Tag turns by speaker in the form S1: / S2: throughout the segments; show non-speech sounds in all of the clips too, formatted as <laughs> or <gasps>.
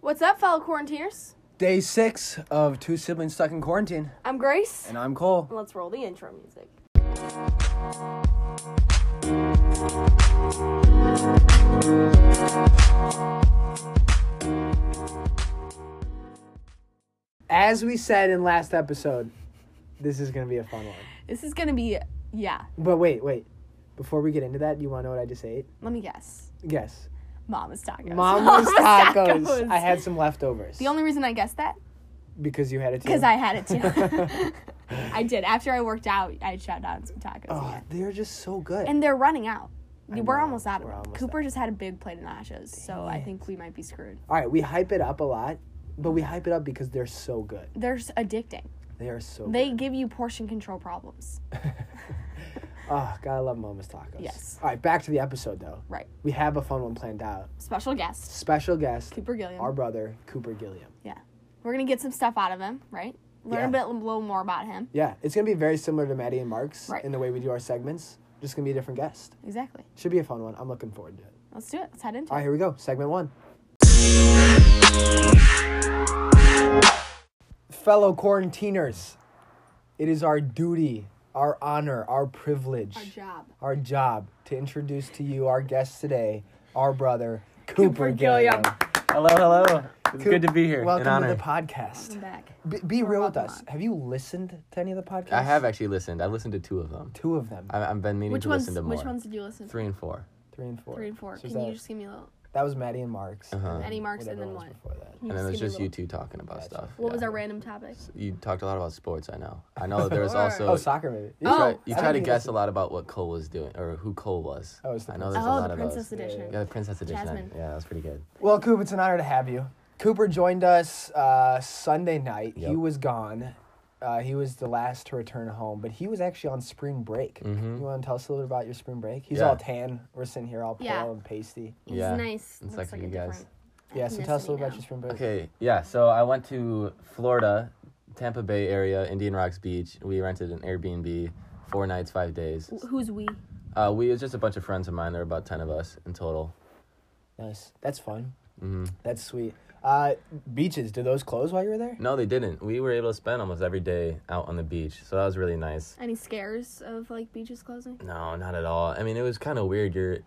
S1: What's up, fellow quarantiers?
S2: Day six of two siblings stuck in quarantine,
S1: I'm Grace.
S2: and I'm Cole.
S1: And let's roll the intro music.
S3: As we said in last episode, this is gonna be a fun one.
S1: This is gonna be, yeah,
S3: But wait, wait. Before we get into that, you wanna know what I just ate?
S1: let me guess.
S3: Guess.
S1: Mama's <laughs> tacos.
S3: Mama's tacos.
S1: tacos.
S3: I had some leftovers.
S1: the only reason I guessed that,
S3: because you had it too.
S1: because I had it <laughs> too. I did. After I worked out, I shot down some tacos.
S3: Oh,
S1: yeah.
S3: they're just so good.
S1: And they're running out. We're
S3: know,
S1: almost out of
S3: we're
S1: them.
S3: almost
S1: Cooper just had a big plate of nachos, so I think we might be screwed.
S3: All right, we hype it up a lot, but we hype it up because they're so good.
S1: They're s- addicting.
S3: They are so.
S1: They
S3: good.
S1: give you portion control problems.
S3: Oh, gotta love Mama's tacos.
S1: Yes.
S3: All right, back to the episode though.
S1: Right.
S3: We have a fun one planned out.
S1: Special guest,
S3: Special guest,
S1: Cooper Gilliam.
S3: our brother Cooper Gilliam.
S1: yeah. We're going to get some stuff out of him, right? Learn a
S3: Yeah.
S1: bit, a little more about him.
S3: Yeah, it's gonna be very similar to Maddie and Mark's
S1: Right.
S3: in the way we do our segments. Just gonna be a different guest.
S1: Exactly.
S3: Should be a fun one. I'm looking forward to it.
S1: Let's do it. Let's head into
S3: All
S1: it.
S3: right, here we go. Segment one. Fellow quarantiners, it is our duty, our honor, our privilege,
S1: Our job.
S3: our job to introduce to you our guest today, our brother, Cooper,
S1: Gilliam.
S3: Gilliam.
S2: Hello, hello. It's good to be here.
S3: Welcome
S2: An honor.
S3: to the podcast.
S1: I'm back.
S3: Be, be real with
S1: welcome
S3: us.
S1: on.
S3: Have you listened to any of the podcasts?
S4: I have actually listened. I listened to two of them.
S3: Two of them,
S4: I, I've been meaning
S1: Which
S4: to
S1: ones?
S4: listen to more.
S1: Which ones did you listen to?
S4: Three and four.
S3: three and four.
S1: Three and four.
S3: So is
S1: Can
S3: that-
S1: you just give me a little?
S3: That was Maddie and Mark's.
S4: Uh-huh.
S1: Any marks and
S3: whatever
S1: then
S3: was
S1: what?
S3: before that.
S1: Can you
S4: and then it was
S1: just give
S4: just
S1: me a
S4: you
S1: little-
S4: two talking about
S3: Gotcha.
S4: stuff.
S1: What was
S4: yeah.
S1: our random topic?
S4: You talked a lot about sports. I know.
S1: <laughs>
S4: I know that there was
S1: Sure.
S4: also.
S3: Oh, soccer maybe.
S4: You
S1: Oh.
S4: try, you
S3: I
S4: try to
S3: think
S4: guess
S3: that's-
S4: a lot about what Cole was doing or who Cole was.
S3: Oh, it's the
S4: I know there's a
S1: Oh,
S4: lot
S1: the
S4: of
S1: Princess
S4: those.
S1: Edition.
S4: Yeah, the Princess Edition.
S1: Jasmine.
S4: Yeah, that was pretty good.
S3: Well, Coop, it's an honor to have you. Cooper joined us uh, Sunday night. He
S4: Yep.
S3: was gone. Uh, he was the last to return home, but he was actually on spring break. You want to tell us a little bit about your spring break? He's
S4: Mm-hmm. Yeah.
S3: all tan. We're sitting here all pale
S1: Yeah.
S3: and pasty.
S1: He's
S4: Yeah.
S1: nice.
S4: It's
S1: Looks
S4: like
S1: like, a
S4: you guys.
S1: different.
S3: Yeah, so tell us a
S1: ethnicity
S3: little about
S1: now.
S3: your spring break.
S4: Okay, yeah. So I went to Florida, Tampa Bay area, Indian Rocks Beach. We rented an Airbnb, four nights, five days.
S1: Wh- Who's we?
S4: Uh, we it was just a bunch of friends of mine. There were about ten of us in total.
S3: Nice. That's fun.
S4: Mm-hmm.
S3: That's sweet. Uh, beaches, did those close while you were there?
S4: No, they didn't. We were able to spend almost every day out on the beach, so that was really nice.
S1: Any scares of like beaches closing?
S4: No, not at all. I mean, it was kind of weird. You're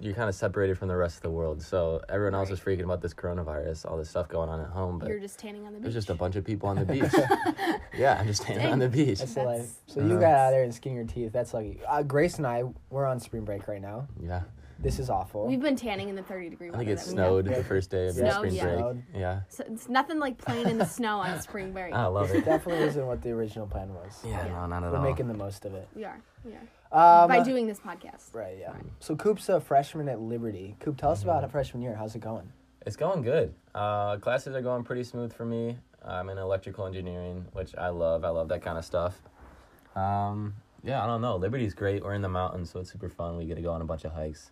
S4: you're kind of separated from the rest of the world, so everyone else was freaking about this coronavirus, all this stuff going on at home. But
S1: You're just tanning on the beach.
S4: there's just a bunch of people
S1: <laughs>
S4: on the beach. yeah, I'm just standing on the beach.
S3: That's the
S1: That's-
S3: life. So you got out of there and skin your teeth. That's lucky. Uh, Grace and I, we're on spring break right now.
S4: Yeah,
S3: This is awful.
S1: We've been tanning in the 30 degree
S4: I
S1: weather.
S4: think it
S1: that we
S4: snowed
S1: Have.
S4: the first day of
S3: Snowed,
S4: spring
S1: yeah.
S4: break.
S3: Snowed.
S4: Yeah,
S1: So it's nothing like playing in the snow on spring break.
S4: <laughs> I love
S3: it
S1: <laughs>
S4: it.
S3: definitely isn't what the original plan was.
S4: Yeah, no, not at
S3: We're
S4: all.
S3: making the most of it.
S1: We are. We are.
S3: Um,
S4: uh,
S1: By doing this podcast.
S3: Right, yeah. So Coop's a freshman at Liberty. Coop, tell us
S4: Mm-hmm.
S3: about a freshman year. How's it going?
S4: It's going good. Uh, classes are going pretty smooth for me. I'm in electrical engineering, which I love. I love that kind of stuff. Um, yeah, I don't know. Liberty's great. We're in the mountains, so it's super fun. We get to go on a bunch of hikes.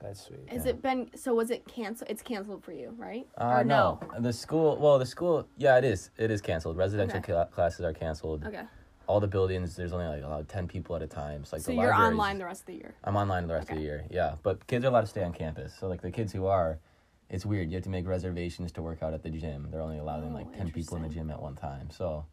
S3: That's sweet.
S1: Has it been? So was it canceled? It's canceled for you, right?
S4: Uh,
S1: or no?
S4: the school. Well, the school. Yeah, it is. It is canceled. Residential
S1: Okay.
S4: cla- classes are canceled.
S1: Okay.
S4: All the buildings. There's only like allowed ten people at a time. So like
S1: So
S4: the
S1: you're
S4: libraries-
S1: online the rest of the year.
S4: I'm online the rest of
S1: Okay.
S4: the year. Yeah, but kids are allowed to stay on campus. So like the kids who are, it's weird. You have to make reservations to work out at the gym. They're only allowing
S1: Oh,
S4: like ten people in the
S1: interesting.
S4: gym at one time. So,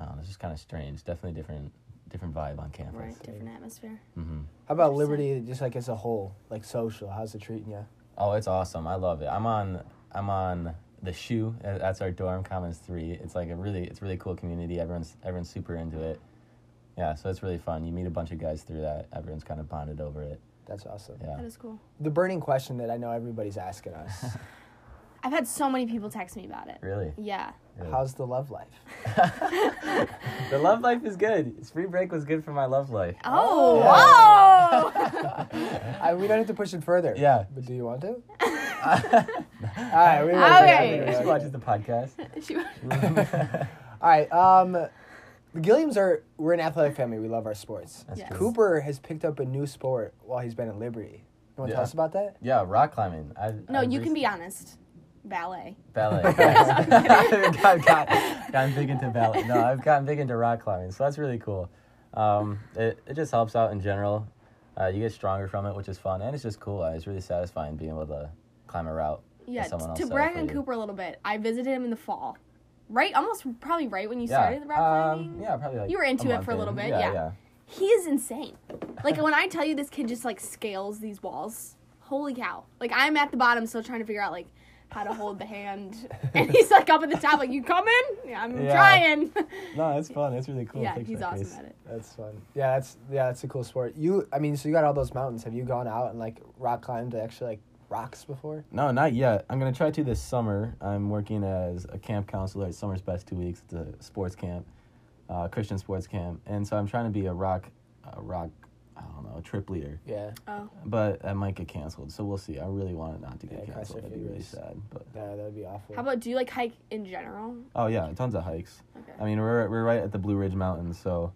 S4: uh, it's just kind of strange. Definitely different, different vibe on campus.
S1: Right. Different atmosphere.
S4: hmm
S3: How about
S1: Interesting.
S3: Liberty, just like as a whole, like social? How's it treating you?
S4: Oh, it's awesome. I love it. I'm on. I'm on the shoe. Uh, That's our dorm commons three. It's like a really, it's a really cool community. Everyone's everyone's super into it. Yeah, so it's really fun. You meet a bunch of guys through that. Everyone's kind of bonded over it.
S3: That's awesome.
S4: Yeah.
S1: That is cool.
S3: The burning question that I know everybody's asking us:
S1: I've had so many people text me about it.
S4: Really. <laughs>
S1: Yeah.
S4: <laughs>
S1: Oh,
S4: Yeah.
S3: How's the love life?
S4: The love life is good. Spring break was good for my love <laughs> life.
S1: Oh.
S4: Oh,
S3: I, we don't have to push it further.
S4: Yeah.
S3: But do you
S1: <laughs>
S3: want to? All right. We won't do that.
S1: Okay.
S3: We
S4: She
S3: won't do
S4: watches the podcast.
S1: Whoa. <laughs> She-
S3: that. All right. Um, the Gilliams are we're an athletic family. We love our sports.
S1: Yes. true.
S3: Cooper has picked up a new sport while he's been at Liberty. You want to
S4: Yeah.
S3: tell us about that?
S4: <laughs> Yeah, rock climbing. I,
S1: no,
S4: I
S1: you can
S4: rec-
S1: be honest. Ballet. <laughs>
S4: ballet. <laughs> I've got- got- gotten big into ballet. No, I've gotten big into rock climbing, so that's really cool. Um, it it just helps out in general. Uh, you get stronger from it, which is fun, and it's just cool. Uh, It's really satisfying being able to climb a route.
S1: Yeah,
S4: that someone
S1: t-
S4: else
S1: to
S4: set up
S1: brag
S4: for
S1: on
S4: you.
S1: Cooper a little bit, I visited him in the fall, right? Almost probably right when you started the rock
S4: um,
S1: climbing.
S4: yeah, probably. Like
S1: You were into
S4: a
S1: it
S4: month
S1: for a little
S4: in.
S1: bit,
S4: yeah.
S1: yeah. He is insane. Like when I tell you this kid just like scales these walls, holy cow! Like I'm at the bottom still trying to figure out like how to hold the
S4: <laughs>
S1: hand, and he's like up at the top like you coming? Yeah, I'm
S4: Yeah.
S1: trying.
S4: No, that's fun. That's really cool.
S1: <laughs> yeah,
S4: Thanks
S1: he's
S4: for that,
S1: awesome
S4: Grace.
S1: at it.
S3: That's fun. Yeah, that's yeah, that's a cool sport. You, I mean, so you got all those mountains. Have you gone out and like rock climbed to actually like rocks before?
S4: No, not yet. I'm gonna try to this summer. I'm working as a camp counselor at Summer's Best Two Weeks. It's a sports camp, uh, Christian sports camp, and so I'm trying to be a rock, a rock, I don't know, trip leader.
S3: Yeah,
S1: Oh,
S4: But that might get canceled, so we'll see. I really want it not to
S3: Yeah,
S4: get
S3: cross
S4: canceled.
S3: your
S4: That'd be really
S3: fingers.
S4: sad. But
S3: no, that would be awful.
S1: how about do you like hike in general?
S4: oh yeah, tons of hikes.
S1: Okay.
S3: Uh,
S4: I mean, we're we're right at the Blue Ridge Mountains, so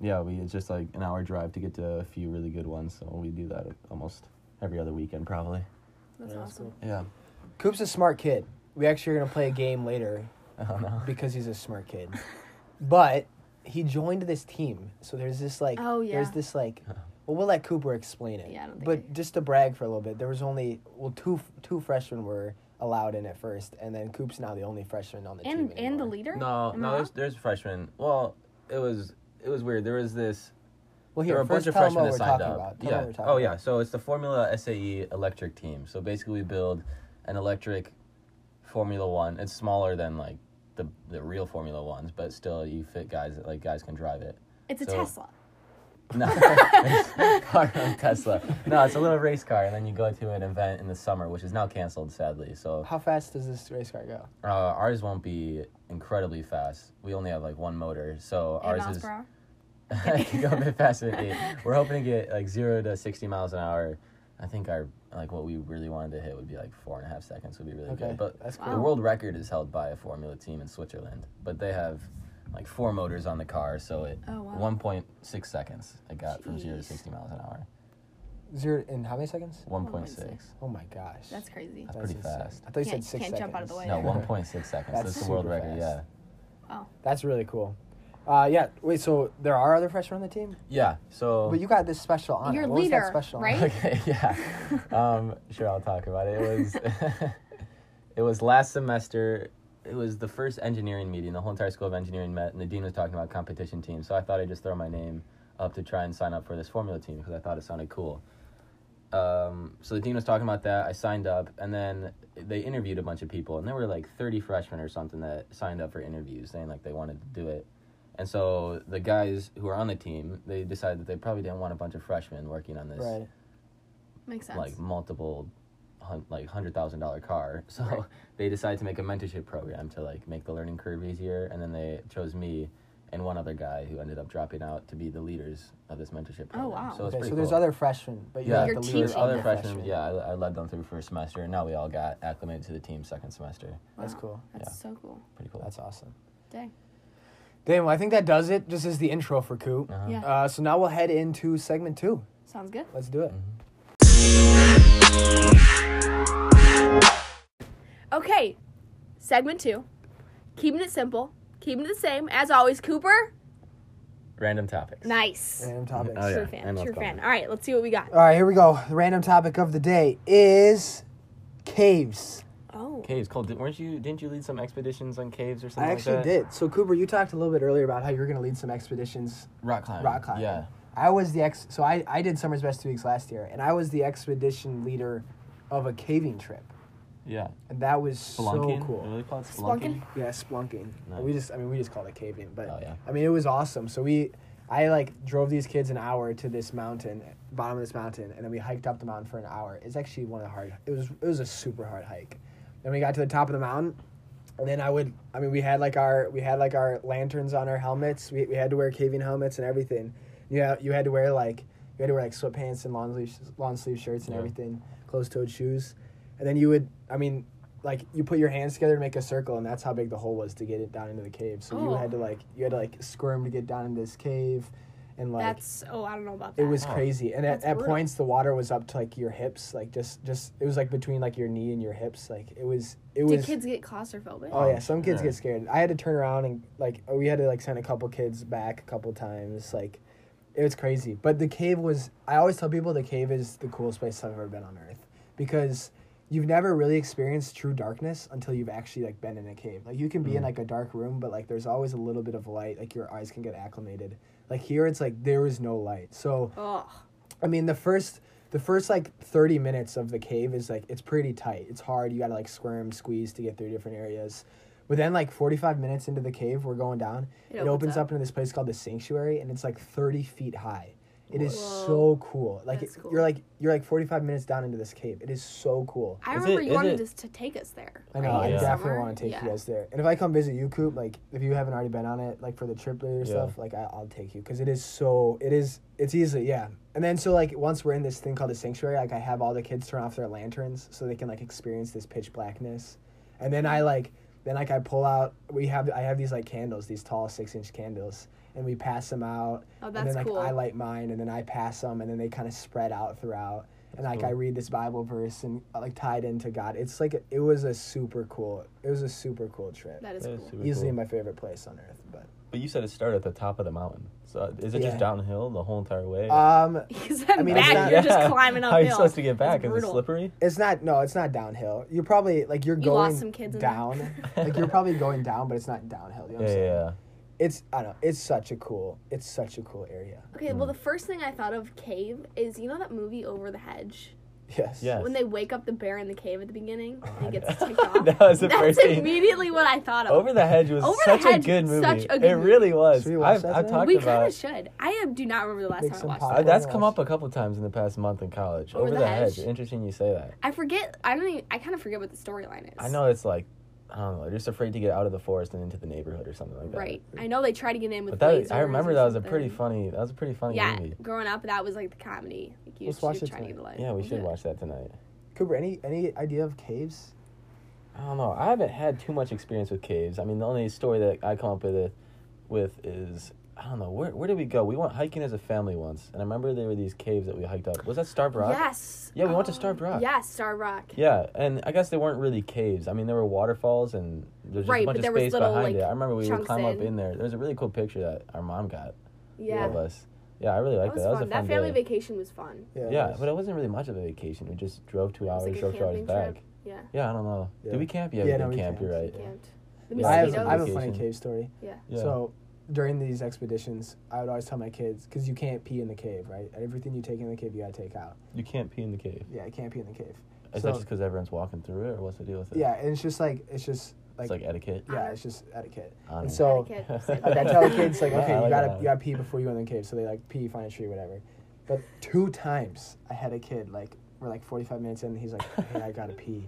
S4: yeah, we it's just like an hour drive to get to a few really good ones. So we do that almost every other weekend, probably.
S1: That's
S3: Yeah, that's
S1: awesome.
S4: <laughs> Yeah.
S3: Coop's a smart kid. We actually are gonna play a game later <laughs> because he's a smart
S4: <laughs>
S3: kid. But he joined this team, so there's this like,
S1: Oh, yeah.
S3: there's this like.
S4: Uh-huh.
S3: Well, we'll let Cooper explain it.
S1: Yeah, I don't think
S3: but
S1: I-
S3: just to brag for a little bit, there was only well two two freshmen were allowed in at first, and then Coop's now the only freshman on the team.
S1: And and the
S3: anymore.
S1: leader?
S4: No,
S1: Am I
S4: no,
S1: wrong?
S4: there's there's freshmen. Well, it was it was weird. There was this.
S3: Well, here,
S4: there were a bunch
S3: first
S4: of
S3: tell him
S4: freshmen
S3: what
S4: that
S3: we're
S4: signed
S3: talking
S4: up.
S3: about. Tell him
S4: yeah.
S3: what we're talking
S4: oh
S3: about.
S4: yeah. So it's the Formula SAE electric team. So basically, we build an electric Formula One. It's smaller than like the the real Formula Ones, but still you fit guys that like guys can drive it. <laughs>
S1: it's a
S4: so-
S1: Tesla.
S4: No, <laughs> it's a car on Tesla. No, it's a little race car, and then you go to an event in the summer, which is now canceled, sadly. So
S3: How fast does this race car go?
S4: uh, ours won't be incredibly fast. We only have like one motor, so
S1: Eight
S4: ours
S1: miles
S4: is.
S1: per hour.
S4: <laughs> I can go a bit faster than eight. We're hoping to get like zero to sixty miles an hour. I think our like what we really wanted to hit would be like four and a half seconds would be really
S3: Okay,
S4: good. But
S3: that's
S1: cool.
S4: the world record is held by a Formula team in Switzerland, but they have like four motors on the car, so it
S1: Oh, wow.
S4: one point six seconds it got from zero to
S1: Jeez.
S4: sixty miles an hour.
S3: Zero in how many seconds?
S4: One point six.
S1: 1.6.
S3: Oh my gosh.
S1: That's crazy.
S4: That's pretty
S3: insane.
S4: fast.
S3: I thought you
S1: Can't-
S3: said six
S1: can't
S3: seconds.
S1: jump out of the way.
S3: <laughs>
S4: No, one point six seconds.
S3: That's
S4: That's, the world
S3: super
S4: record. Yeah,
S3: fast. That's really cool. Uh, yeah. Wait. So there are other freshmen on the team,
S4: yeah. So
S3: but you got this special honor.
S1: You're
S3: What was that
S1: leader,
S3: special
S1: right?
S4: <laughs> Okay, yeah. Um, sure, I'll talk about it. It was, it was last semester. It was the first engineering meeting. The whole entire school of engineering met, and the dean was talking about competition teams. So I thought I'd just throw my name up to try and sign up for this formula team because I thought it sounded cool. Um, so the dean was talking about that. I signed up, and then they interviewed a bunch of people, and there were like thirty freshmen or something that signed up for interviews, saying like they wanted to do it. And so the guys who were on the team, they decided that they probably didn't want a bunch of freshmen working on this
S3: Right.
S1: Makes sense.
S4: like multiple hun- like hundred thousand dollar car <laughs> so they decided to make a mentorship program to like make the learning curve easier and then they chose me and one other guy who ended up dropping out to be the leaders of this mentorship program
S1: Oh, wow.
S4: so
S3: Okay.
S4: it's
S3: So
S4: pretty
S3: there's
S4: cool.
S3: other freshmen, but you're
S4: Yeah.
S3: like
S1: You're
S3: the leader.
S1: teaching
S4: there's
S3: of
S4: other
S3: the
S4: freshmen yeah I, I led them through first semester and now we all got acclimated to the team second semester
S3: That's
S1: Wow.
S3: cool.
S1: That's
S4: yeah.
S1: so cool.
S4: pretty cool
S3: That's awesome.
S1: Dang.
S3: Damn. Well, I think that does it. Just as the intro for Coop.
S4: Uh-huh.
S1: Yeah.
S3: Uh, so now we'll head into segment two.
S1: Sounds good.
S3: Let's do it.
S4: Mm.
S1: Okay, segment two. Keeping it simple. Keeping it the same. As always, Cooper.
S4: random topics
S1: Nice.
S3: Random topics.
S4: Oh, yeah.
S1: True fan.
S4: I know
S1: True
S4: it's
S1: fan.
S4: coming.
S1: All right, let's see what we got.
S3: All right. Here we go. The random topic of the day is caves.
S1: Oh.
S4: caves Cole did, weren't you didn't you lead some expeditions on caves or something
S3: I actually
S4: like that?
S3: did. So Cooper, you talked a little bit earlier about how you were going to lead some expeditions
S4: rock climbing
S3: rock climbing.
S4: yeah
S3: I was the ex. So I, I did summer's best two weeks last year, and I was the expedition leader of a caving trip,
S4: yeah
S3: and that was
S4: Spelunking? Mm.
S3: so
S4: What
S3: cool.
S4: do they call it?
S1: Spelunking?
S4: Spelunking?
S3: Yeah, splunking.
S4: Nice.
S3: We just I mean we just called it caving, but
S4: Oh, yeah.
S3: I mean it was awesome. So we I like drove these kids an hour to this mountain, bottom of this mountain, and then we hiked up the mountain for an hour. It's actually one of the hard. It was it was a super hard hike. Then we got to the top of the mountain, and then I would, I mean, we had like our, we had like our lanterns on our helmets. We, we had to wear caving helmets and everything. You had, you had to wear like, you had to wear like sweatpants and long sleeve, long sleeve shirts and
S4: Yeah.
S3: everything, closed toed shoes. And then you would, I mean, like you put your hands together to make a circle and that's how big the hole was to get it down into the cave. So you
S1: Oh.
S3: had to like, you had to like squirm to get down into this cave and like,
S1: That's. Oh, I don't know about that.
S3: it was
S4: Oh.
S3: crazy. And
S1: That's
S3: at, at
S1: brutal.
S3: points the water was up to like your hips, like just, just, it was like between like your knee and your hips. Like it was, it
S1: Did
S3: was.
S1: kids get claustrophobic?
S3: Oh yeah, some kids
S4: Yeah.
S3: get scared. I had to turn around and like we had to like send a couple kids back a couple times. Like it was crazy. But the cave was I always tell people the cave is the coolest place I've ever been on earth because you've never really experienced true darkness until you've actually like been in a cave. Like you can be in like a dark room, but like there's always a little bit of light. Like your eyes can get acclimated. Like here, it's like there is no light. So
S1: Ugh.
S3: I mean, the first the first like thirty minutes of the cave is like it's pretty tight. It's hard. You gotta like squirm, squeeze to get through different areas. But then like forty five minutes into the cave, we're going down. It,
S1: It
S3: opens,
S1: opens
S3: up.
S1: up.
S3: into this place called the sanctuary, and it's like thirty feet high. It is
S1: Whoa.
S3: so cool. Like
S1: That's
S3: it-
S1: cool.
S3: you're like you're like forty five minutes down into this cave. It is so cool.
S1: I
S4: Is
S1: remember
S4: it-
S1: you
S4: is
S1: wanted
S4: it-
S1: us to take us there.
S3: I know.
S1: right?
S4: Oh,
S3: I
S1: In
S4: yeah.
S3: definitely
S1: summer?
S3: want to take
S1: Yeah.
S3: you guys there. And if I come visit you, Coop, like if you haven't already been on it, like for the trip later or
S4: Yeah.
S3: stuff, like I, I'll take you because it is so. It is. It's easily yeah. And then so like once we're in this thing called the sanctuary, like I have all the kids turn off their lanterns so they can like experience this pitch blackness, and then I like then like I pull out we have I have these like candles, these tall six inch candles. And we pass them out,
S1: Oh,
S3: and
S1: that's
S3: then like
S1: cool.
S3: I light mine, and then I pass them, and then they kind of spread out throughout and like I read this Bible verse and uh, like tied into God. It's like it was a super cool. It was a super cool trip.
S1: That is
S4: That is
S1: cool. <laughs>
S4: super
S3: Easily
S4: cool.
S3: my favorite place on earth, but
S4: But you said it started at the top of the mountain. So is it
S3: Yeah.
S4: just downhill the whole entire way?
S3: um,
S1: Because then
S3: I mean,
S1: back,
S3: it's not-
S1: you're
S4: Yeah. <laughs>
S1: just climbing uphill.
S4: How are you supposed to get
S1: It's
S4: back? Is it
S1: brutal.
S4: slippery?
S3: it's not. No, it's not downhill. You're probably like you're
S1: You
S3: going
S1: lost some kids in there. <laughs>
S3: down. like you're probably going down, but it's not downhill. You know what I'm
S4: Yeah, yeah,
S3: saying?
S4: yeah.
S3: It's I don't know. It's such a cool. It's such a cool area. <laughs>
S1: Okay, well, the first thing I thought of cave is you know that movie Over the Hedge?
S3: Yes.
S4: Yes.
S1: When they wake up the bear in the cave at the beginning and he gets
S4: God.
S1: ticked off.
S4: <laughs> That was the
S1: That's
S4: first thing.
S1: immediately what I thought of.
S4: Over the Hedge was
S1: Oh. Over the
S4: such
S1: Hedge
S4: a good
S1: was
S4: movie.
S1: such a good
S4: it really
S1: movie.
S4: was.
S3: Should we watch
S4: I've,
S3: that
S4: I've
S3: tonight?
S4: talked
S1: we kind
S4: about.
S1: of should. I have, do not remember the last
S3: Make
S1: time I
S3: some
S1: watched
S3: pop-
S4: Uh,
S1: it.
S4: that's
S3: Overwatch.
S4: come up a couple times in the past month in college. Over, the, hedge. Interesting you say that.
S1: I forget. I don't. Even, I kind of forget what the storyline is.
S4: I know it's like, I don't know, they're just afraid to get out of the forest and into the neighborhood or something like that.
S1: Right. I know they try to get in with.
S4: But that,
S1: lasers
S4: I remember
S1: or
S4: that was a
S1: something.
S4: pretty funny. That was a pretty funny
S1: Yeah,
S4: movie.
S1: growing up, that was like the comedy. Like, you
S3: Let's
S1: should
S3: watch it
S1: try to get
S3: tonight.
S1: a life.
S4: Yeah, we
S1: We'll
S4: should
S1: do it.
S4: watch that tonight.
S3: Cooper, any any idea of caves?
S4: I don't know. I haven't had too much experience with caves. I mean, the only story that I come up with it, with is I don't know where where did we go? We went hiking as a family once, and I remember there were these caves that we hiked up. Was that Starved Rock?
S1: Yes.
S4: Yeah, we went to
S1: Um,
S4: Starved Rock.
S1: Yes, Star Rock.
S4: Yeah, and I guess they weren't really caves. I mean, there were waterfalls and there's just
S1: Right,
S4: a bunch
S1: but
S4: of
S1: there was
S4: space
S1: little,
S4: behind
S1: like,
S4: it. I remember we would
S1: chunks
S4: climb up
S1: in.
S4: in there. There was a really cool picture that our mom got
S1: Yeah.
S4: of us. Yeah, I really
S1: That
S4: liked
S1: was
S4: that. That was,
S1: fun.
S4: a fun
S1: That family
S4: day.
S1: vacation was fun.
S4: yeah,
S3: it
S4: but
S3: was-
S4: it wasn't really much of a vacation. We just drove two
S1: It was
S4: hours,
S1: like a
S4: drove two hours
S1: camping
S4: back.
S1: trip. Yeah.
S4: Yeah, I don't know.
S3: Yeah.
S4: Did we camp? Yeah,
S3: Yeah,
S4: we
S3: no,
S4: did
S3: we
S4: camp. You're right.
S3: camped.
S1: Camped. The
S4: Yeah,
S3: I have,
S1: mosquitoes.
S3: I have a funny
S4: Vacation.
S3: cave story.
S1: Yeah.
S4: Yeah.
S3: So during these expeditions, I would always tell my kids because you can't pee in the cave, right? Everything you take in the cave, you gotta take out.
S4: you can't pee in the cave.
S3: Yeah, I can't pee in the cave.
S4: Is
S3: So-
S4: that just because everyone's walking through it, or what's the deal with
S3: <laughs>
S4: it?
S3: Yeah, and it's just like it's just like,
S4: it's like etiquette.
S3: yeah, it's just etiquette.
S4: Honor.
S3: And so
S1: <laughs> Etiquette.
S3: like I tell the kids like
S4: <laughs> Yeah,
S3: okay,
S4: I
S3: you
S4: like
S3: gotta
S4: that.
S3: you gotta pee before you go in the cave, so they like pee, find a tree, whatever. But two times I had a kid like we're like forty five minutes in, and he's like, hey, I gotta pee.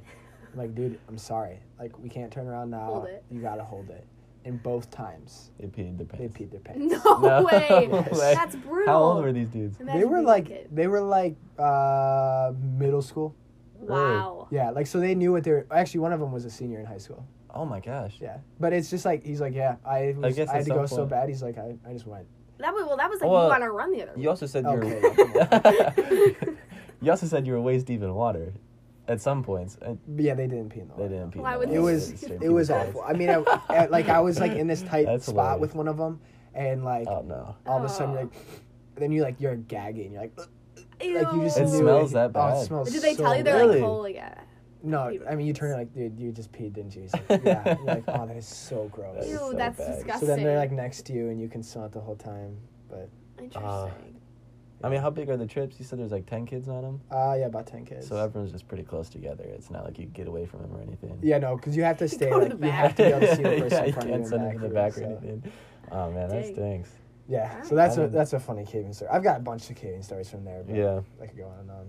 S3: I'm like, dude, I'm sorry. Like we can't turn around now.
S1: Hold it.
S3: You gotta hold it. And both times
S4: They peed the
S3: they
S4: pants.
S3: peed their pants.
S1: <laughs> No,
S4: <laughs> No
S1: way.
S4: way.
S1: That's brutal.
S4: How old were these dudes?
S1: Imagine
S3: they were
S1: being a
S3: like
S1: kid.
S3: they were like uh, middle school.
S1: wow.
S3: Yeah, like so they knew what they were. Actually, one of them was a senior in high school.
S4: Oh my gosh.
S3: Yeah, but it's just like he's like, yeah, I was, I,
S4: guess at
S3: had to go
S4: some
S3: so
S4: point-
S3: bad. He's like, I, I just went.
S1: That was, well, that was like
S4: Well,
S1: you on a run the other
S4: You
S1: way.
S4: also said <laughs> you <laughs>
S3: Okay.
S4: were. you also said you were waist deep in water, at some points, and
S3: But yeah, they didn't pee in the
S4: they
S3: water.
S4: didn't pee. in
S1: Why
S4: the
S1: would
S4: water.
S1: They <laughs>
S3: It <laughs> was
S1: didn't
S4: Straight pee
S3: it
S4: in
S3: was
S4: the
S3: awful.
S4: pants.
S3: I mean, I, I- like I was like in this tight
S4: That's
S3: spot
S4: hilarious.
S3: with one of them, and like
S4: Oh no.
S3: all of a sudden you're
S1: Oh.
S3: like, then you like you're gagging. You're like, "Ugh,"
S1: Ew.
S3: like you just
S4: It
S3: knew
S4: smells
S3: it.
S4: that
S3: Oh,
S4: bad.
S3: it smells
S1: Did they
S3: so
S1: tell you they're
S3: bad.
S4: Really?
S1: like, holy yeah.
S3: No, I mean you turn it like, dude, you just peed, didn't you? He's
S4: <laughs>
S3: like, yeah. You're like, oh, that is so gross.
S4: That is
S1: Ew,
S4: so
S1: that's
S4: bad. So
S1: disgusting.
S3: So then they're like next to you, and you can smell it the whole time. But
S1: Interesting.
S4: "Ah, I mean, how big are the trips? You said there's like ten kids on them,
S3: uh, yeah, about ten kids.
S4: so everyone's just pretty close together. It's not like you get away from them or anything.
S3: yeah, no, because you
S1: <laughs>
S3: have to stay.
S1: Go to
S3: like,
S1: the back.
S3: you have to be able to see the person
S4: <laughs> yeah,
S3: in
S4: you
S3: front of you
S4: can't send them
S3: and
S4: to the
S3: back
S4: back or
S3: you, so.
S4: anything. Oh man, that
S1: Dang.
S4: stinks.
S3: Yeah, so
S1: Alright.
S3: that's
S4: I
S3: a
S4: mean-
S3: that's a funny caving story. I've got a bunch of caving stories from there. But
S4: Yeah.
S3: I could go on and on.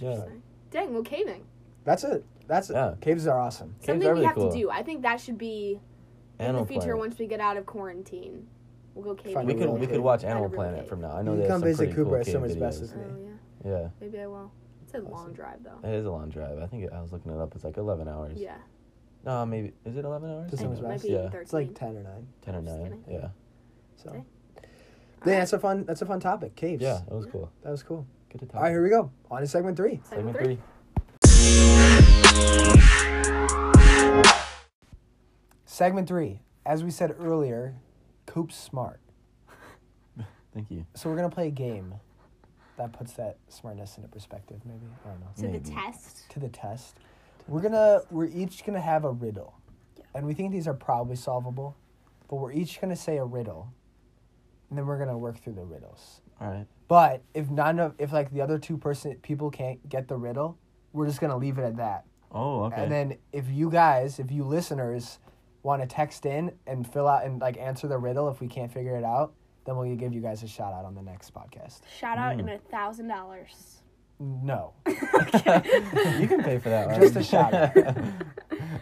S4: Yeah.
S1: Dang, well, caving.
S3: That's it. That's it.
S4: Yeah.
S3: Caves are awesome.
S4: Caves
S1: Something
S4: are
S1: we
S4: really
S1: have
S4: cool.
S1: to do. I think that should be in
S4: Animal
S1: the future
S4: Planet.
S1: once we get out of quarantine. We'll go caving.
S3: Find
S4: We
S3: a
S4: could
S3: real
S4: we could
S3: cave.
S4: watch
S1: Find a
S4: Animal
S1: real
S4: Planet
S1: cave.
S4: from now. I know
S3: you can
S4: they have
S3: come
S4: some
S3: visit
S4: pretty
S3: Cooper
S4: cool
S3: at
S4: cave
S3: Summer's Best
S4: videos.
S3: with me.
S1: Oh, yeah.
S4: Yeah,
S1: Maybe I will. It's a long drive, though.
S4: it is a long drive. I think it, I was looking it up. It's like eleven hours.
S1: Yeah.
S4: No, maybe is it eleven hours?
S3: To Summer's
S1: Might
S3: Best.
S1: be
S4: Yeah,
S1: 13.
S3: It's like ten or nine.
S4: ten or
S1: Just
S4: nine.
S1: kidding.
S4: Yeah,
S3: So
S1: Okay.
S3: yeah, that's a fun that's a fun topic. Caves.
S4: yeah, it was cool.
S3: That was cool.
S4: Good to talk.
S3: All right, here we go. On to segment three.
S1: Segment
S4: Segment
S1: three.
S4: three.
S3: Segment three. As we said earlier, Coop's smart.
S4: Thank you.
S3: So we're gonna play a game that puts that smartness into perspective. Maybe I don't know.
S1: To the
S4: Maybe.
S1: test.
S3: To the test. We're gonna we're each gonna have a riddle,
S1: Yeah.
S3: and we think these are probably solvable, but we're each gonna say a riddle, and then we're gonna work through the riddles.
S4: All right.
S3: But if none of if like the other two person people can't get the riddle, we're just gonna leave it at that.
S4: Oh, okay.
S3: And then if you guys, if you listeners, want to text in and fill out and like answer the riddle, if we can't figure it out, then we'll give you guys a shout out on the next podcast.
S1: Shout out
S3: Mm.
S1: and a thousand dollars.
S3: <laughs> No,
S4: you can pay for that. right?
S3: just a shout out,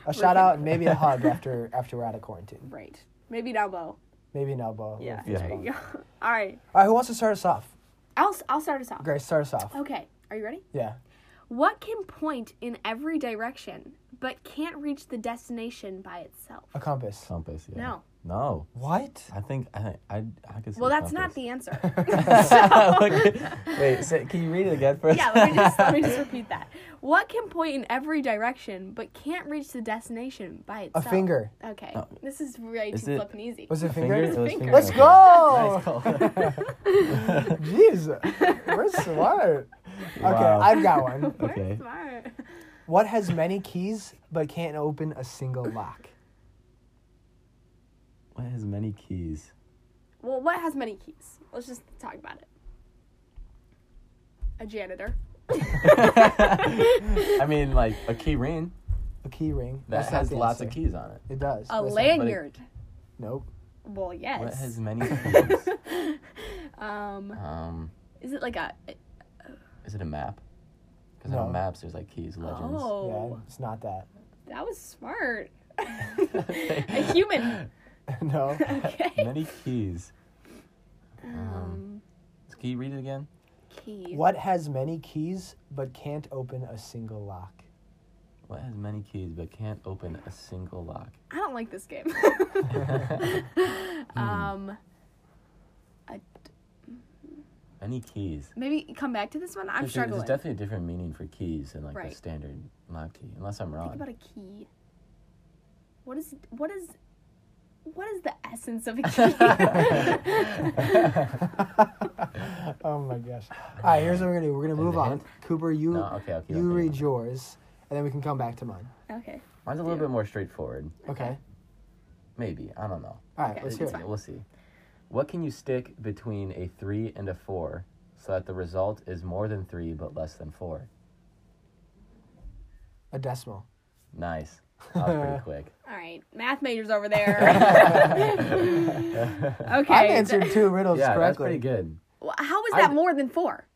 S3: a shout out, and maybe a hug after after we're out of quarantine.
S1: Right. Maybe down low.
S3: Maybe an elbow. or a
S1: Yeah.
S3: fist
S4: Yeah.
S3: bump.
S1: <laughs> All right.
S3: All right, who wants to start us off?
S1: I'll I'll start us off.
S3: Grace, start us off.
S1: Okay. Are you ready?
S3: Yeah.
S1: What can point in every direction but can't reach the destination by itself?
S3: A compass.
S4: Compass. Yeah.
S1: No.
S4: No.
S3: What?
S4: I think I think- I I could. Say
S1: Well, that's not
S4: compass.
S1: the answer.
S3: <laughs>
S1: <laughs>
S4: Okay. <laughs> Wait. Say, can you read it again first?
S1: yeah, let me, just, let me just repeat that. What can point in every direction but can't reach the destination by
S3: A
S1: itself?
S3: finger.
S1: Okay. This is way
S4: Is
S1: too
S4: it-
S1: flippin' easy. <laughs>
S3: Was it <laughs> a
S4: <laughs> Finger?
S3: finger?
S4: It was
S1: Finger.
S3: Let's go.
S4: finger. Okay. <laughs> Nice call.
S3: <laughs> Jeez, we're smart. Okay,
S4: Wow.
S3: I've got one.
S1: We're
S4: okay.
S1: smart.
S3: What has many keys but can't open a single lock?
S4: <laughs> What has many keys?
S1: Well, what has many keys? Let's just talk about it. A janitor.
S4: <laughs> I mean, like a key ring
S3: A key ring.
S4: that
S3: not
S4: has
S3: the
S4: lots of
S3: answer.
S4: keys on it.
S3: It does.
S1: A
S3: That's not-
S1: lanyard.
S3: Nope.
S1: Well, yes. <laughs>
S4: What has many keys?
S1: um,
S4: um,
S1: is it like a? eh,
S4: is it a map? Because
S3: No.
S4: on maps, there's like keys, legends.
S1: Oh,
S3: Yeah, it's not that. <laughs>
S1: that was smart.
S4: <laughs>
S1: a human.
S3: no.
S1: Okay.
S4: Many keys.
S1: Um,
S4: Can you read it again?
S1: key.
S3: What has many keys but can't open a single lock? <laughs>
S4: What has many keys but can't open a single lock?
S1: I don't like this
S4: <laughs>
S1: game. <laughs>
S4: Hmm.
S1: um,
S4: Many keys.
S1: maybe come back to this one. I'm
S4: There's-
S1: struggling.
S4: There's definitely a different meaning for keys than like
S1: Right.
S4: the standard lock key, unless I'm
S1: Think
S4: wrong.
S1: about a key. What is what is what is the essence of a
S4: <laughs>
S1: key? <laughs>
S3: Oh my gosh. All right, here's what we're going to do. We're going to
S4: Is
S3: move
S4: it
S3: on.
S4: him?
S3: Cooper, you
S4: <laughs> No, okay, okay,
S3: you
S4: okay.
S3: read yours, and then we can come back to mine.
S1: okay.
S4: Mine's a little bit more straightforward.
S3: Okay.
S4: Maybe I don't know.
S3: All right,
S1: Okay,
S3: let's
S1: it's
S3: hear
S1: fine.
S3: it.
S4: Yeah, We'll see. What can you stick between a three and a four so that the result is more than three but less than four?
S3: A decimal.
S4: Nice. That was
S3: <laughs>
S4: pretty quick.
S1: All right, math majors over
S4: <laughs>
S1: there. okay.
S3: I've answered two riddles
S4: Yeah, that's
S3: correctly.
S4: pretty good.
S1: Well, How is that
S4: I-
S1: more than four?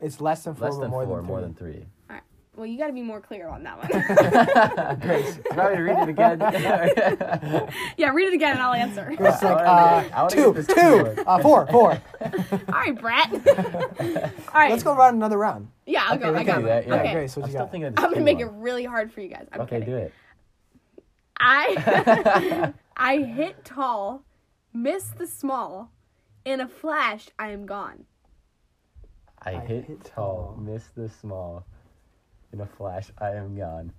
S3: It's less than four,
S4: Less
S3: but
S4: than
S3: more
S4: four,
S3: than
S4: more
S3: three.
S4: than three.
S1: All right. Well, you got to be more clear on
S4: <laughs>
S1: that one. <laughs>
S3: <laughs>
S4: Do you want me to read it <laughs> again?
S1: yeah, read it again and I'll
S4: <laughs>
S1: answer.
S3: It's like
S4: I wanna
S3: uh,
S4: get- I
S3: two,
S4: wanna get
S3: two,
S4: this <laughs> keyboard.
S3: uh, four, four.
S1: All right,
S4: <laughs>
S1: Brett. All right.
S3: Let's go around another round.
S1: Yeah, I'll go.
S4: we
S1: I
S4: can
S1: got
S4: do
S1: one.
S4: that, yeah.
S1: Okay.
S3: Grace, what
S4: I'm
S3: you
S4: still
S3: got?
S4: thinking of this
S1: I'm gonna
S4: key
S1: make
S4: one.
S1: it really hard for you guys. I'm
S4: Okay,
S1: kidding.
S4: do it.
S3: <laughs>
S1: I <laughs> I hit tall, miss the small, in a flash I am gone.
S4: I, hit,
S3: hit
S4: tall,
S3: tall.
S4: miss the small. In a flash, I am gone.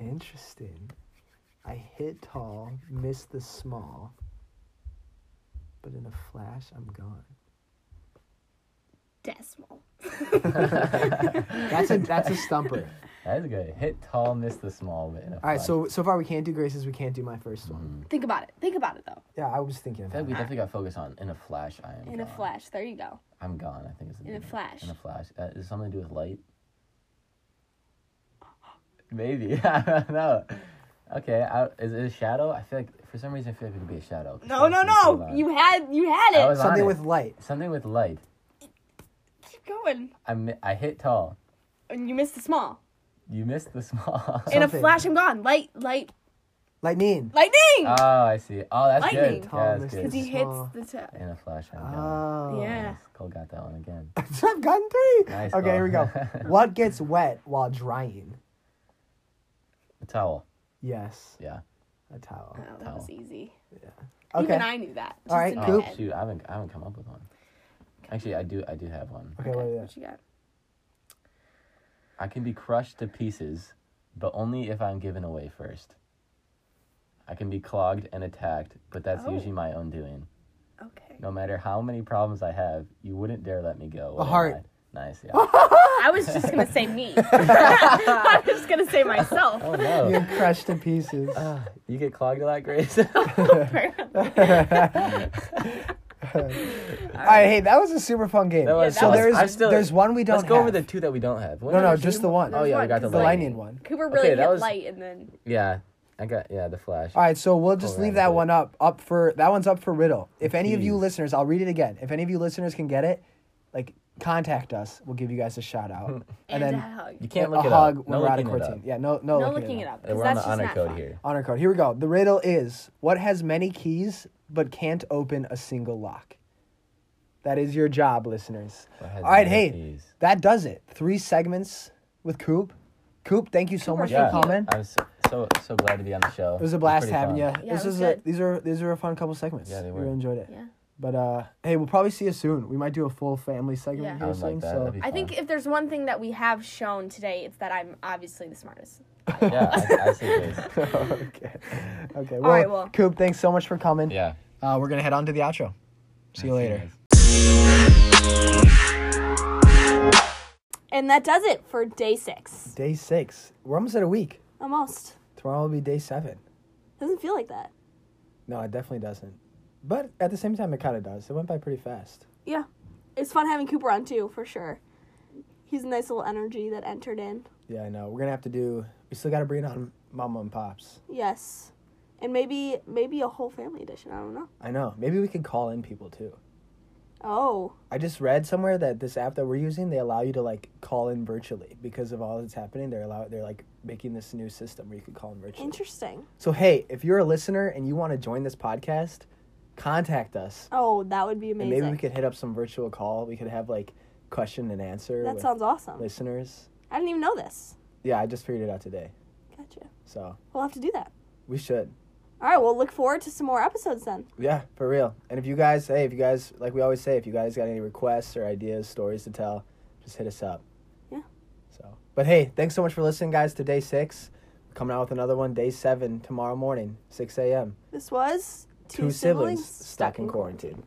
S3: Interesting. I hit tall, missed the small, but in a flash, I'm gone.
S1: Decimal.
S3: That's a
S4: <laughs>
S3: that's a stumper.
S4: That is good. Hit tall, miss the small, but in a
S3: All
S4: flash.
S3: right, so so far we can't do Grace's. We can't do my first
S4: Mm-hmm.
S3: one.
S1: Think about it. Think about it though.
S3: Yeah, I was thinking of
S4: I feel like we
S3: that.
S4: definitely got focused on in a flash, I am
S1: In
S4: gone.
S1: a flash. There you go.
S4: I'm gone, I think it's
S1: In a flash.
S4: In a flash. Uh, is it something to do with
S1: <gasps>
S4: light? Maybe. <laughs> I don't know. Okay, I, is it a shadow? I feel like, for some reason, I feel like it could be a shadow. 'cause
S1: No,
S4: that
S1: no,
S4: was so
S1: no.
S4: long.
S1: You had you had
S4: I
S1: it.
S4: was on
S3: Something
S4: it.
S3: with light.
S4: Something with light.
S1: Keep going.
S4: I, mi- I hit tall.
S1: And you missed the small.
S4: You missed the small.
S1: In a
S3: Something.
S1: flash I'm gone. Light light
S3: Lightning.
S1: lightning.
S4: <laughs> Oh, I see. Oh, that's
S1: Lightning.
S4: good.
S3: Tall
S4: Yeah, that's
S3: missed
S4: good.
S1: Because he
S3: Small.
S1: hits the Uh, tip.
S4: In a flash, I'm gone.
S3: Oh.
S1: Yeah.
S4: Nice. Cole got that one again.
S3: <laughs> I've gotten three.
S4: Nice
S3: okay,
S4: call.
S3: here we go. What
S4: <laughs>
S3: gets wet while drying?
S4: A towel.
S3: Yes,
S4: Yeah.
S3: a towel.
S1: Oh, that was easy.
S3: Okay.
S1: Uh, Even I knew that. just
S3: All right,
S1: in my
S3: Coop.
S4: Oh
S1: head.
S4: shoot, I haven't I haven't come up with one. Actually, I do I do have one.
S3: Okay, what is
S4: <laughs>
S1: What you got?
S4: I can be crushed to pieces, but only if I'm given away first. I can be clogged and attacked, but that's
S1: Oh.
S4: usually my own doing.
S1: Okay.
S4: No matter how many problems I have, you wouldn't dare let me go. What am
S3: heart.
S4: I? Nice. Yeah.
S1: I was just gonna say
S4: <laughs>
S1: me. <laughs> I was just gonna say myself.
S4: Oh no!
S5: You're crushed to pieces.
S4: Uh, you get clogged a lot,
S3: <laughs>
S1: <laughs>
S4: Grace.
S1: Apparently.
S3: All right, hey, that was a super fun game.
S4: That was
S1: that
S3: so
S1: was-
S3: there's
S4: I'm still-
S3: there's one we don't.
S4: Let's go over the
S3: have.
S4: two that we don't have. What
S3: No,
S4: did I
S3: no,
S4: say?
S3: just the one.
S4: Oh yeah, we got the
S1: There's
S3: the lightning
S4: lightning.
S3: one.
S1: Cooper really
S4: Okay, that
S1: hit
S4: was-
S1: light and then
S4: Yeah, I got yeah the flash.
S3: All right, so we'll just
S4: Oh,
S3: leave
S4: yeah,
S3: that
S4: but-
S3: one up. Up for that one's up for Riddle. If any of you
S4: Jeez.
S3: listeners, I'll read it again. If any of you listeners can get it, like contact us. We'll give you guys a shout
S4: <laughs>
S3: out.
S1: and,
S3: then
S1: a hug.
S4: You Oh, can't
S3: a
S4: look it
S3: hug
S4: up.
S3: when
S4: No
S3: we're out of
S4: looking it up.
S3: quarantine. Yeah, no, no,
S1: No looking it up. 'cause
S4: We're on the
S1: that's just
S4: honor
S1: not
S4: code
S1: fun.
S4: here.
S3: Honor code. Here we go. The riddle is: What has many keys but can't open a single lock? That is your job, listeners.
S4: What has
S3: All right,
S4: many
S3: hey,
S4: keys?
S3: that does it. Three segments with Coop. Coop, thank you so
S1: Cooper,
S3: much
S1: thank
S3: for
S1: you.
S3: coming.
S4: I was so so glad to be on the show.
S3: It was a blast having you.
S1: Yeah,
S3: this
S1: it was
S3: is a,
S1: good.
S3: these are these are a fun couple segments.
S4: Yeah, they
S3: We
S4: were.
S3: enjoyed it.
S1: Yeah.
S3: But uh, hey, we'll probably see you soon. We might do a full family segment
S1: Yeah.
S3: here
S4: I would
S3: soon.
S4: like that.
S3: So
S4: That'd be
S1: I
S4: fun.
S1: think if there's one thing that we have shown today, it's that I'm obviously the smartest.
S4: yeah, I, I see Grace.
S3: <laughs> <laughs> okay, okay. Well,
S1: right, well.
S3: Coop, thanks so much for coming.
S4: Yeah.
S3: Uh, we're gonna head on to the outro. See you later.
S1: And that does it for day six.
S3: Day six. We're almost at a week.
S1: Almost.
S3: Tomorrow will be day seven.
S1: Doesn't feel like that.
S3: No, it definitely doesn't. But at the same time, it kind of does. It went by pretty fast.
S1: Yeah. It's fun having Cooper on too, for sure. He's a nice little energy that entered in.
S3: Yeah, I know. We're gonna have to do. We still gotta bring on Mama and Pops.
S1: Yes. And maybe maybe a whole family edition. I don't know.
S3: I know. Maybe we could call in people too.
S1: Oh.
S3: I just read somewhere that this app that we're using, they allow you to like call in virtually because of all that's happening. They're allow they're like making this new system where you can call in virtually.
S1: Interesting.
S3: So hey, if you're a listener and you want to join this podcast, contact us
S1: Oh, that would be amazing.
S3: and maybe we could hit up some virtual call. We could have like question and answer
S1: that
S3: with
S1: sounds awesome.
S3: listeners.
S1: I didn't even know this.
S3: Yeah, I just figured it out today,
S1: Gotcha.
S3: so
S1: We'll have to do that.
S3: we should.
S1: All right, we'll look forward to some more episodes then.
S3: Yeah, for real. And if you guys, hey, if you guys, like we always say, if you guys got any requests or ideas, stories to tell, just hit us up.
S1: Yeah.
S3: So, but hey, thanks so much for listening, guys, to day six. We're coming out with another one, day seven, tomorrow morning, 6 a.m.
S1: This was
S3: Two, siblings, stuck in quarantine.